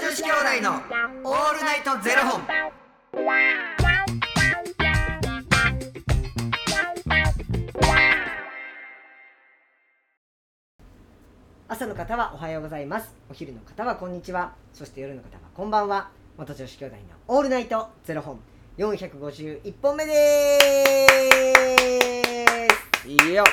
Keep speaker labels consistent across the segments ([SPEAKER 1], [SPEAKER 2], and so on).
[SPEAKER 1] 子兄弟のオールナイトゼロ本。
[SPEAKER 2] 朝の方はおはようございますお昼の方はこんにちはそして夜の方はこんばんは元女子兄弟のオールナイトゼロ本451本目です
[SPEAKER 3] いいよ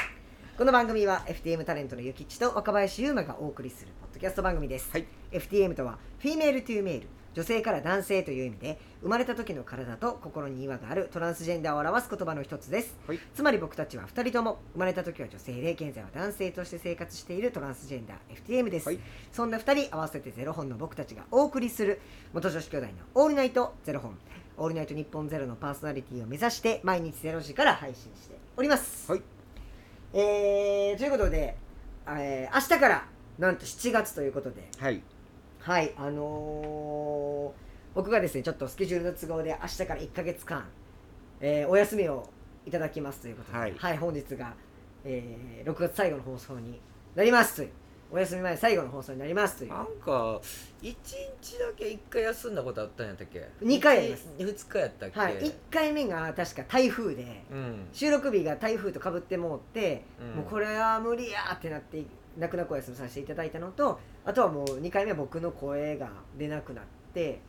[SPEAKER 2] この番組は FTM タレントのゆきっちと若林優馬がお送りするポッドキャスト番組です、
[SPEAKER 3] はい
[SPEAKER 2] FTM とはフィメールトゥーメール女性から男性という意味で生まれた時の体と心に違和があるトランスジェンダーを表す言葉の一つです、
[SPEAKER 3] はい
[SPEAKER 2] つまり僕たちは2人とも生まれた時は女性で現在は男性として生活しているトランスジェンダー FTM です、
[SPEAKER 3] はい
[SPEAKER 2] そんな2人合わせてゼロ本の僕たちがお送りする元女子兄弟のオールナイトゼロ本オールナイト日本ゼロのパーソナリティを目指して毎日ゼロ時から配信しております、
[SPEAKER 3] はい
[SPEAKER 2] えーということで、えー明日からなんと7月ということで
[SPEAKER 3] はい
[SPEAKER 2] はいあのー僕がですねちょっとスケジュールの都合で明日から1か月間、えーお休みをいただきますということで、
[SPEAKER 3] はい
[SPEAKER 2] 本日が、えー6月最後の放送になりますというお休み前最後の放送になりますという
[SPEAKER 3] なんか一日だけ一回休んだことあったんやったっけ
[SPEAKER 2] 二回あります
[SPEAKER 3] 二日やったっけ、
[SPEAKER 2] はい、1回目が確か台風で
[SPEAKER 3] うん
[SPEAKER 2] 収録日が台風とかぶってもうって、
[SPEAKER 3] うん
[SPEAKER 2] もうこれは無理やってなって泣く泣くお休みさせていただいたのとあとはもう2回目は僕の声が出なくなって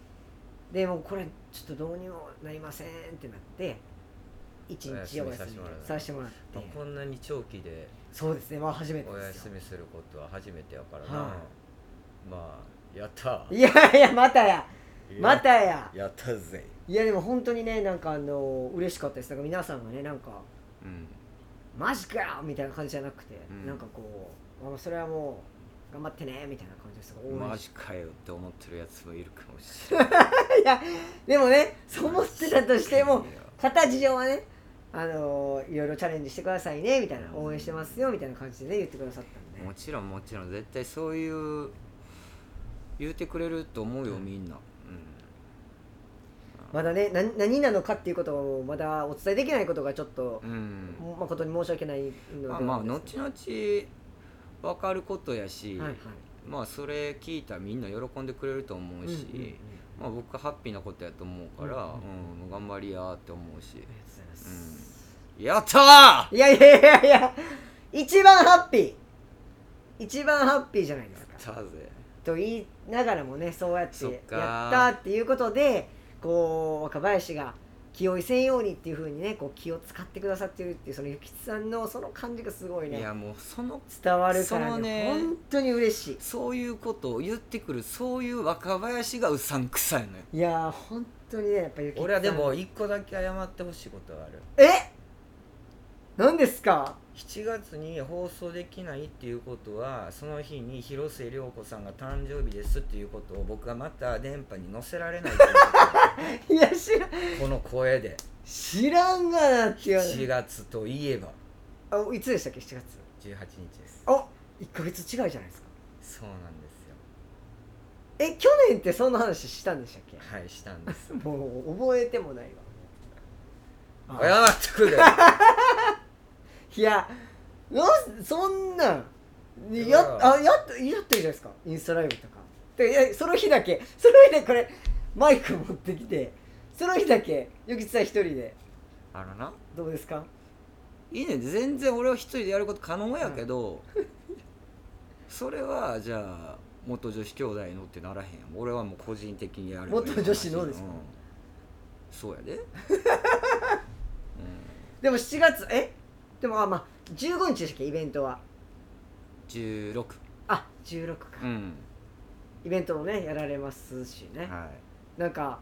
[SPEAKER 2] でもうこれちょっとどうにもなりませんってなって一日お
[SPEAKER 3] お
[SPEAKER 2] 休
[SPEAKER 3] 休
[SPEAKER 2] み
[SPEAKER 3] み
[SPEAKER 2] さ
[SPEAKER 3] さ
[SPEAKER 2] せてもらって
[SPEAKER 3] まあこんなに長期で
[SPEAKER 2] そうですねまあ初めて
[SPEAKER 3] お
[SPEAKER 2] です
[SPEAKER 3] 休
[SPEAKER 2] よ
[SPEAKER 3] みすることは初めてやからな、
[SPEAKER 2] は
[SPEAKER 3] まあやった
[SPEAKER 2] いやいやまたやまたや
[SPEAKER 3] やったぜ
[SPEAKER 2] いやでも本当にねなんかあの嬉しかったですなんか皆さんがねなんか
[SPEAKER 3] うん
[SPEAKER 2] マジかよみたいな感じじゃなくて、
[SPEAKER 3] うん
[SPEAKER 2] なんかこうあそれはもう頑張ってねみたいな感じですごい応援
[SPEAKER 3] マ
[SPEAKER 2] し
[SPEAKER 3] ジかよって思ってるやつもいるかもしれない
[SPEAKER 2] いやでもねそう 思ってたとしても形上はねあのーいろいろチャレンジしてくださいねみたいな応援してますよみたいな感じでね言ってくださったんで
[SPEAKER 3] もちろんもちろん絶対そういう言うてくれると思うよ、
[SPEAKER 2] うん
[SPEAKER 3] みんな、
[SPEAKER 2] まだねな何なのかっていうことをまだお伝えできないことがちょっと
[SPEAKER 3] う、んうん
[SPEAKER 2] 誠に申し訳ないので
[SPEAKER 3] ま
[SPEAKER 2] は
[SPEAKER 3] あまあ
[SPEAKER 2] なんです
[SPEAKER 3] 後
[SPEAKER 2] けど
[SPEAKER 3] 々分かることやし、
[SPEAKER 2] はいはい
[SPEAKER 3] まあそれ聞いたらみんな喜んでくれると思うし、
[SPEAKER 2] うんうんうん
[SPEAKER 3] まあ、僕はハッピーなことやと思うか
[SPEAKER 2] う
[SPEAKER 3] ら、
[SPEAKER 2] ん
[SPEAKER 3] うん頑張りやーって思う
[SPEAKER 2] あ
[SPEAKER 3] し
[SPEAKER 2] りがとうございます、
[SPEAKER 3] やったー
[SPEAKER 2] いやいやいやいや一番ハッピー一番ハッピーじゃないですか
[SPEAKER 3] やったぜ
[SPEAKER 2] と言いながらもねそうやって
[SPEAKER 3] そっ
[SPEAKER 2] やっ
[SPEAKER 3] か
[SPEAKER 2] たっていうことでこう若林が気をいせんようにっていうふうにねこう気を使ってくださってるっていうそのゆきつさんのその感じがすごい
[SPEAKER 3] い
[SPEAKER 2] ね
[SPEAKER 3] やもうその
[SPEAKER 2] 伝わるから
[SPEAKER 3] その
[SPEAKER 2] ね
[SPEAKER 3] ね
[SPEAKER 2] 本当に嬉し
[SPEAKER 3] そういうことを言ってくるそういう若林がうさんくさいのよ
[SPEAKER 2] いいやー本当にねやっぱゆきつさん
[SPEAKER 3] 俺はでも一個だけ謝ってほしいことがある
[SPEAKER 2] え何ですか
[SPEAKER 3] 7月に放送できないっていうことはその日に広末涼子さんが誕生日ですっていうことを僕がまた電波に載せられないというこ
[SPEAKER 2] いや知ら
[SPEAKER 3] とこの声で
[SPEAKER 2] 知らんがなって
[SPEAKER 3] 7
[SPEAKER 2] いう
[SPEAKER 3] 月といえば
[SPEAKER 2] あいつでしたっけ7月
[SPEAKER 3] 18日です
[SPEAKER 2] あ一1か月違いじゃないですか
[SPEAKER 3] そうなんですよ
[SPEAKER 2] え去年ってそんな話したんでしたっけ
[SPEAKER 3] はいしたんです
[SPEAKER 2] もう覚えてもないわ
[SPEAKER 3] 謝ってくれ
[SPEAKER 2] いやなんそんなん
[SPEAKER 3] い
[SPEAKER 2] や
[SPEAKER 3] や
[SPEAKER 2] あやっやってるじゃないですかインスタライブとかでいやその日だけその日だけこれマイク持ってきてその日だけよきつさん一人で
[SPEAKER 3] あのな
[SPEAKER 2] どうですか
[SPEAKER 3] いいね全然俺は一人でやること可能やけど、それはじゃあ元女子兄弟のってならへんやん俺はもう個人的にやる
[SPEAKER 2] 元女子のですか
[SPEAKER 3] そ うやで、うん
[SPEAKER 2] でも7月えでもあまあ15日でしたっけイベントは
[SPEAKER 3] 16
[SPEAKER 2] あ16か、
[SPEAKER 3] うん
[SPEAKER 2] イベントもねやられますしね、
[SPEAKER 3] は
[SPEAKER 2] なんか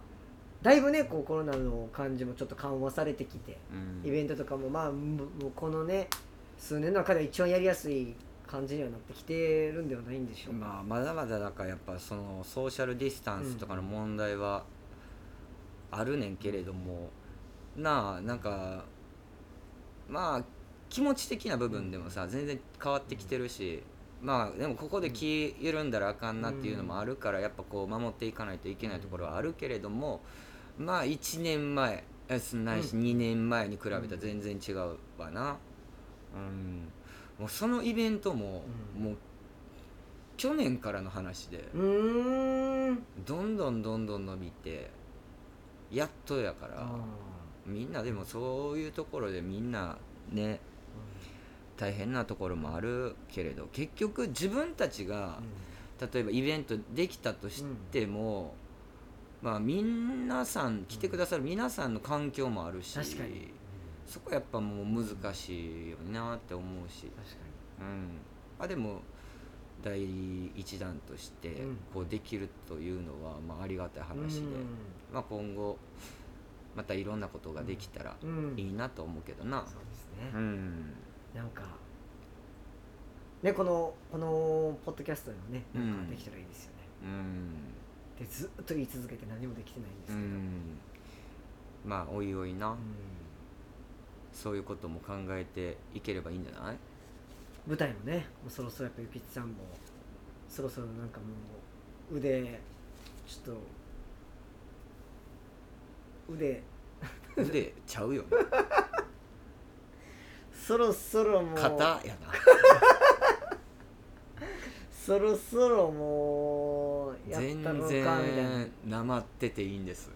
[SPEAKER 2] だいぶねこうコロナの感じもちょっと緩和されてきて
[SPEAKER 3] い、うん
[SPEAKER 2] イベントとかもまあももうこのね数年の中で一番やりやすい感じにはなってきてるんではないんでしょうか、
[SPEAKER 3] まあ、まだまだだからやっぱそのソーシャルディスタンスとかの問題はあるねんけれども、なあなんかまあ気持ち的な部分でもさ全然変わってきてるし、まあでもここで気緩んだらあかんなっていうのもあるからやっぱこう守っていかないといけないところはあるけれどもまあ1年前えすないし
[SPEAKER 2] う
[SPEAKER 3] 2年前に比べたら全然違うわな。うんもうそのイベントも、
[SPEAKER 2] うん
[SPEAKER 3] もう去年からの話で
[SPEAKER 2] うーん
[SPEAKER 3] どんどんどんどん伸びてやっとやからみんなでもそういうところでみんなね大変なところもあるけれど結局自分たちが例えばイベントできたとしても、まあ皆さん来てくださる皆さんの環境もあるし
[SPEAKER 2] 確かに
[SPEAKER 3] そこやっぱもう難しいよなって思うし、
[SPEAKER 2] 確か
[SPEAKER 3] うん、あでも第一弾として
[SPEAKER 2] うん
[SPEAKER 3] こうできるというのはまあありがたい話で、
[SPEAKER 2] に
[SPEAKER 3] まあ、今後またいろんなことができたら
[SPEAKER 2] うんうん
[SPEAKER 3] いいなと思うけどな
[SPEAKER 2] そうですね
[SPEAKER 3] うん、
[SPEAKER 2] なんかねこのこのポッドキャストでもねなん
[SPEAKER 3] うん
[SPEAKER 2] かできたらいいですよね、
[SPEAKER 3] うん
[SPEAKER 2] でずっと言い続けて何もできてないんです
[SPEAKER 3] う
[SPEAKER 2] けど、
[SPEAKER 3] ん、まあおいおいな、
[SPEAKER 2] うん
[SPEAKER 3] そういうことも考えていければいいんじゃない
[SPEAKER 2] 舞台もねもうそろそろやっぱゆきちさんもそろそろなんかもう腕ちょっと腕
[SPEAKER 3] 腕ちゃうよ ね
[SPEAKER 2] そろそろもう
[SPEAKER 3] 肩やな
[SPEAKER 2] そろそろもうやった
[SPEAKER 3] 全
[SPEAKER 2] のかみたいな
[SPEAKER 3] 然なまってていい んです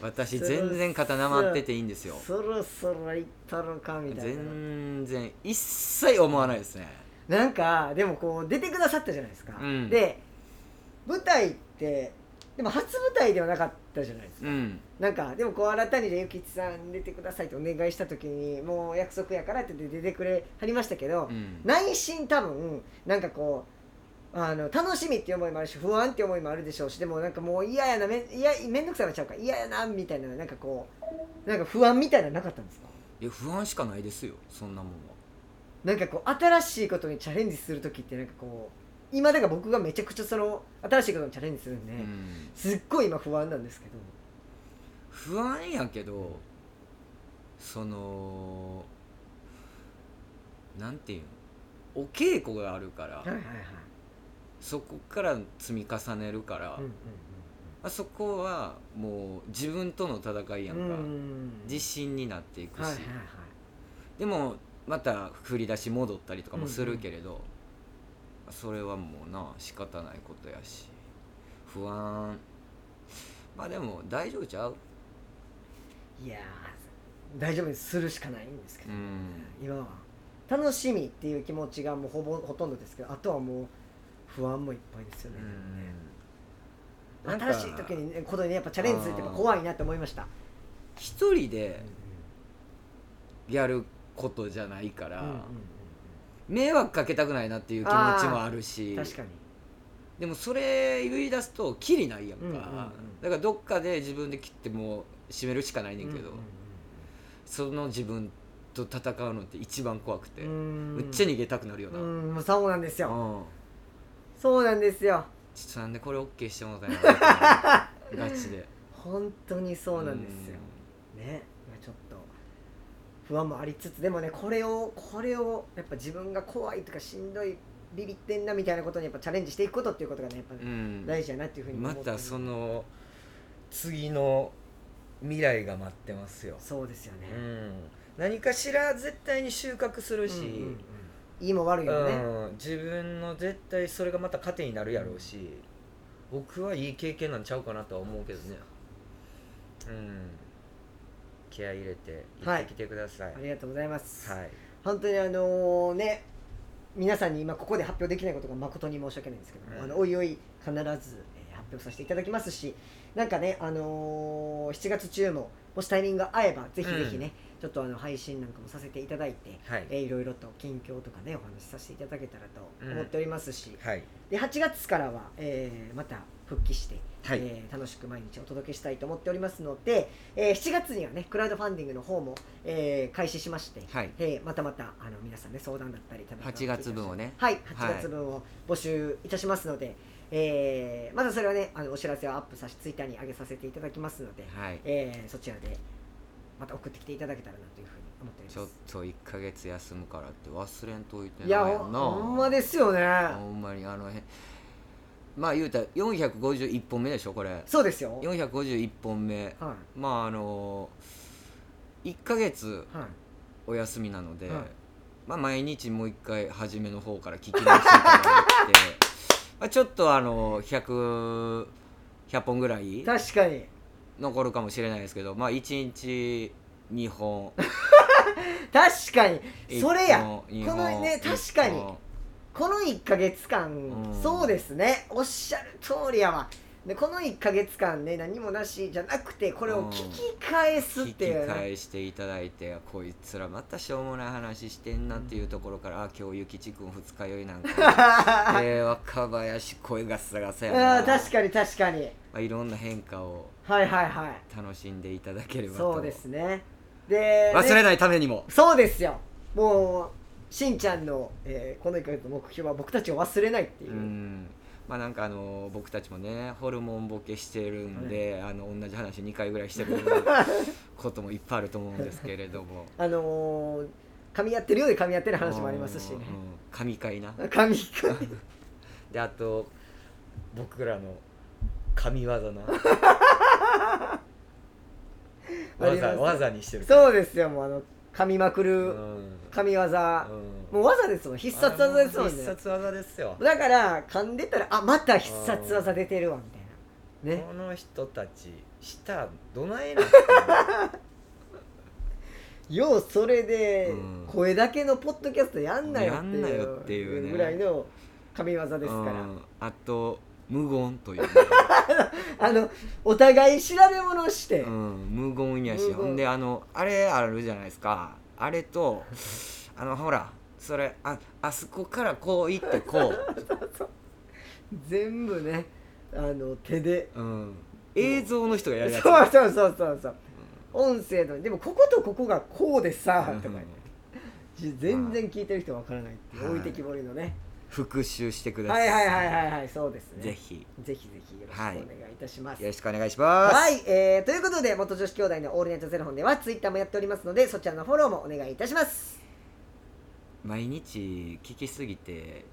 [SPEAKER 3] 私
[SPEAKER 2] そろそろ
[SPEAKER 3] 全然肩なまってていいんですよ
[SPEAKER 2] そろそろいったのかみたいな
[SPEAKER 3] 全然一切思わないですね
[SPEAKER 2] なんかでもこう出てくださったじゃないですか、
[SPEAKER 3] うん
[SPEAKER 2] で舞台ってでも初舞台ではなかったじゃないですか、
[SPEAKER 3] うん
[SPEAKER 2] なんかでもこう新たにでゆきちさん出てくださいってお願いした時にもう約束やからって言って出てくれはりましたけど、
[SPEAKER 3] うん
[SPEAKER 2] 内心多分なんかこうあの楽しみっていう思いもあるし不安っていう思いもあるでしょうしでもなんかもう嫌やなめいやめんどくさいなっちゃうから嫌やなみたいななんかこうなんか不安みたいなのなかったんですか
[SPEAKER 3] いや不安しかないですよそんなもんは
[SPEAKER 2] なんかこう新しいことにチャレンジする時ってなんかこう今だから僕がめちゃくちゃその新しいことにチャレンジするんで、
[SPEAKER 3] うん
[SPEAKER 2] すっごい今不安なんですけど
[SPEAKER 3] 不安やけどそのなんていうのお稽古があるから
[SPEAKER 2] はいはいはい
[SPEAKER 3] そこから積み重ねるから、
[SPEAKER 2] うん
[SPEAKER 3] あそこはもう自分との戦いやん
[SPEAKER 2] うん
[SPEAKER 3] か、
[SPEAKER 2] うん
[SPEAKER 3] 自信になっていくし、
[SPEAKER 2] はいはいはい
[SPEAKER 3] でもまた振り出し戻ったりとかもするけれど、それはもうな仕方ないことやし不安まあでも大丈夫ちゃう
[SPEAKER 2] いやー大丈夫にするしかないんですけ
[SPEAKER 3] う
[SPEAKER 2] ど、
[SPEAKER 3] ん
[SPEAKER 2] 今は楽しみっていう気持ちがもうほぼほとんどですけどあとはもう不安もいっぱいですよね,、
[SPEAKER 3] うん
[SPEAKER 2] 新しい時にねことにねやっぱチャレンジするってやっぱ怖いなって思いました、
[SPEAKER 3] 一人でやることじゃないから、
[SPEAKER 2] うんうん
[SPEAKER 3] 迷惑かけたくないなっていう気持ちもあるし
[SPEAKER 2] うん確かに
[SPEAKER 3] でもそれ言い出すとキリないやんか、
[SPEAKER 2] うんうんうん
[SPEAKER 3] だからどっかで自分で切ってもう締めるしかないねんけど、
[SPEAKER 2] うん
[SPEAKER 3] その自分と戦うのって一番怖くて、
[SPEAKER 2] うんうん
[SPEAKER 3] むっちゃ逃げたくなるよ
[SPEAKER 2] う
[SPEAKER 3] な、うん
[SPEAKER 2] んもうそうなんです
[SPEAKER 3] ち
[SPEAKER 2] よ
[SPEAKER 3] ょ
[SPEAKER 2] そうなんですよ
[SPEAKER 3] っとなんでこれ OK してもらった んやろガチで
[SPEAKER 2] 本当にそうなんですよ、ねまあちょっと不安もありつつでもねこれをこれをやっぱ自分が怖いとかしんどいビビってんなみたいなことにやっぱチャレンジしていくことっていうことがねやっぱ
[SPEAKER 3] うんうん
[SPEAKER 2] 大事だなっていうふうに思
[SPEAKER 3] ま
[SPEAKER 2] って
[SPEAKER 3] たその次の未来が待ってますよ、
[SPEAKER 2] そうですよね、
[SPEAKER 3] うん、何かしら絶対に収穫するし、
[SPEAKER 2] うんうんいいも悪いもね、
[SPEAKER 3] うん、自分の絶対それがまた糧になるやろうし、僕はいい経験なんちゃうかなとは思うけどねうん気合い入れて行ってきてください、は
[SPEAKER 2] あ
[SPEAKER 3] い
[SPEAKER 2] りがとうございます、本当にあのね皆さんに今ここで発表できないことが誠に申し訳ないんですけども、
[SPEAKER 3] うん
[SPEAKER 2] あのおいおい必ず、えー発表させていただきますしなんかね、あのー7月中ももしタイミングが合えばぜひぜひね、ちょっとあの配信なんかもさせていただいて、
[SPEAKER 3] はい
[SPEAKER 2] えーいろいろと近況とかねお話しさせていただけたらと思っておりますし、
[SPEAKER 3] はい
[SPEAKER 2] で8月からは、えーまた復帰して、
[SPEAKER 3] はい
[SPEAKER 2] えー楽しく毎日お届けしたいと思っておりますので、えー7月にはねクラウドファンディングの方も、えー開始しまして、
[SPEAKER 3] はい
[SPEAKER 2] えーまたまたあの皆さんね相談だったり多分
[SPEAKER 3] 8月分をね
[SPEAKER 2] はい
[SPEAKER 3] はい
[SPEAKER 2] 8月分を募集いたしますので、えーまたそれはねあのお知らせをアップさせツイッターに上げさせていただきますので、
[SPEAKER 3] はい
[SPEAKER 2] えーそちらでまた送ってきていただけたらなというふうに思っております
[SPEAKER 3] ちょっと1ヶ月休むからって忘れんといて
[SPEAKER 2] いや
[SPEAKER 3] な
[SPEAKER 2] ほ
[SPEAKER 3] な
[SPEAKER 2] ほんまですよね
[SPEAKER 3] ほんまにあの辺まあ言うたら451本目でしょこれ
[SPEAKER 2] そうですよはい
[SPEAKER 3] 451本目
[SPEAKER 2] は
[SPEAKER 3] まああの1ヶ月
[SPEAKER 2] い
[SPEAKER 3] お休みなので、
[SPEAKER 2] はい
[SPEAKER 3] まあ毎日もう一回初めの方から聞き直していただいて まあ、ちょっとあの100 100本ぐらい
[SPEAKER 2] 確かに
[SPEAKER 3] 残るかもしれないですけどまあ1日2本
[SPEAKER 2] 確かに それや
[SPEAKER 3] 一
[SPEAKER 2] こ
[SPEAKER 3] 本二本
[SPEAKER 2] のね確
[SPEAKER 3] 一
[SPEAKER 2] かに
[SPEAKER 3] 本
[SPEAKER 2] この1ヶ月間、
[SPEAKER 3] うん
[SPEAKER 2] そうですねおっしゃる通りやわでこの1ヶ月間ね何もなしじゃなくてこれを聞き返すっ
[SPEAKER 3] 聞
[SPEAKER 2] てい
[SPEAKER 3] き
[SPEAKER 2] う、ね
[SPEAKER 3] 返していただいてこいつらまたしょうもない話してんなっていうところから、あ今日ゆきちくん二日酔いな んかで若林声がサガサやな
[SPEAKER 2] うん確かに確かに
[SPEAKER 3] まあ、いろんな変化を
[SPEAKER 2] はいはいはい
[SPEAKER 3] 楽しんでいただければと
[SPEAKER 2] そうですねで
[SPEAKER 3] 忘れ
[SPEAKER 2] ね
[SPEAKER 3] ないためにも
[SPEAKER 2] そうですよもうしんちゃんの、えーこの1ヶ月の目標は僕たちを忘れないっていう、
[SPEAKER 3] うんまあなんかあの僕たちもねホルモンボケしてるんで、あの同じ話2回ぐらいしてることもいっぱいあると思うんですけれども
[SPEAKER 2] あのー、噛み合ってるようで噛み合ってる話もありますしね
[SPEAKER 3] うんうん神回な
[SPEAKER 2] 神回
[SPEAKER 3] であと僕らの神業な
[SPEAKER 2] あ
[SPEAKER 3] わ
[SPEAKER 2] りま
[SPEAKER 3] ざ
[SPEAKER 2] す
[SPEAKER 3] わざにして る
[SPEAKER 2] そうですよもうあの噛みまく
[SPEAKER 3] う
[SPEAKER 2] る
[SPEAKER 3] ん
[SPEAKER 2] 神業、
[SPEAKER 3] うん
[SPEAKER 2] もう技ですもん必殺技ですもん
[SPEAKER 3] 必
[SPEAKER 2] ね
[SPEAKER 3] 殺技ですよ
[SPEAKER 2] だから噛んでたらあまた必殺技出てるわみたいなね
[SPEAKER 3] この人たち舌どないな
[SPEAKER 2] ようそれで
[SPEAKER 3] うん
[SPEAKER 2] 声だけのポッドキャストやんなよ
[SPEAKER 3] やんなよっ
[SPEAKER 2] って
[SPEAKER 3] て
[SPEAKER 2] い
[SPEAKER 3] いう
[SPEAKER 2] う
[SPEAKER 3] ね
[SPEAKER 2] ぐらいの神業ですか
[SPEAKER 3] うんあと無言 というね、
[SPEAKER 2] らあのお互い調べ物をして
[SPEAKER 3] うん、無言や
[SPEAKER 2] 無
[SPEAKER 3] し
[SPEAKER 2] 言
[SPEAKER 3] ほんであのあれあるじゃないですかあれとあのほらそれああそこからこう行ってこ
[SPEAKER 2] 全部ねあの手で
[SPEAKER 3] う、うん、映像の人がやるやつ
[SPEAKER 2] そうそうそうそうそう音声のでもこことここがこうでさとか全然聞いてる人わからないっていう
[SPEAKER 3] はい
[SPEAKER 2] 置いてきぼりのね
[SPEAKER 3] 復習してくだ
[SPEAKER 2] は
[SPEAKER 3] さい、
[SPEAKER 2] いはいはいはいはいそうですね
[SPEAKER 3] ぜひ
[SPEAKER 2] ぜひぜひよろしくお願いいたします。
[SPEAKER 3] よ
[SPEAKER 2] は
[SPEAKER 3] ろ
[SPEAKER 2] い、
[SPEAKER 3] しくお願いします、
[SPEAKER 2] えーということで、元女子兄弟のオールナイトゼロ本では、ツイッターもやっておりますので、そちらのフォローもお願いいたします。
[SPEAKER 3] 毎日聞きすぎて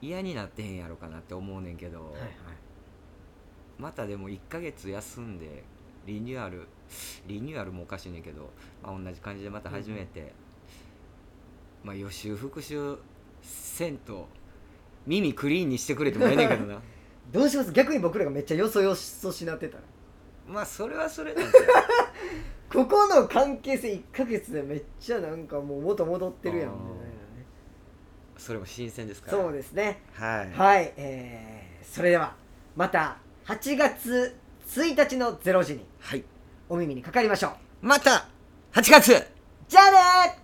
[SPEAKER 3] 嫌になってへんやろかなって思うねんけど、またでも1ヶ月休んでリニューアルリニューアルもおかしいねんけど、まあ、同じ感じでまた始めて、まあ予習復習せんと耳クリーンにしてくれてもええねんけど な
[SPEAKER 2] どうします逆に僕らがめっちゃよそよそしなってたら。
[SPEAKER 3] まあそれはそれなんだよ
[SPEAKER 2] ここの関係性1ヶ月でめっちゃなんかもう元戻ってるやん
[SPEAKER 3] あー
[SPEAKER 2] みたい
[SPEAKER 3] それも新鮮ですから
[SPEAKER 2] なね。そうですね。
[SPEAKER 3] はい、
[SPEAKER 2] はい、えー、それでは、また8月1日の0時に
[SPEAKER 3] はい、
[SPEAKER 2] お耳にかかりましょう。
[SPEAKER 3] また8月
[SPEAKER 2] じゃあねー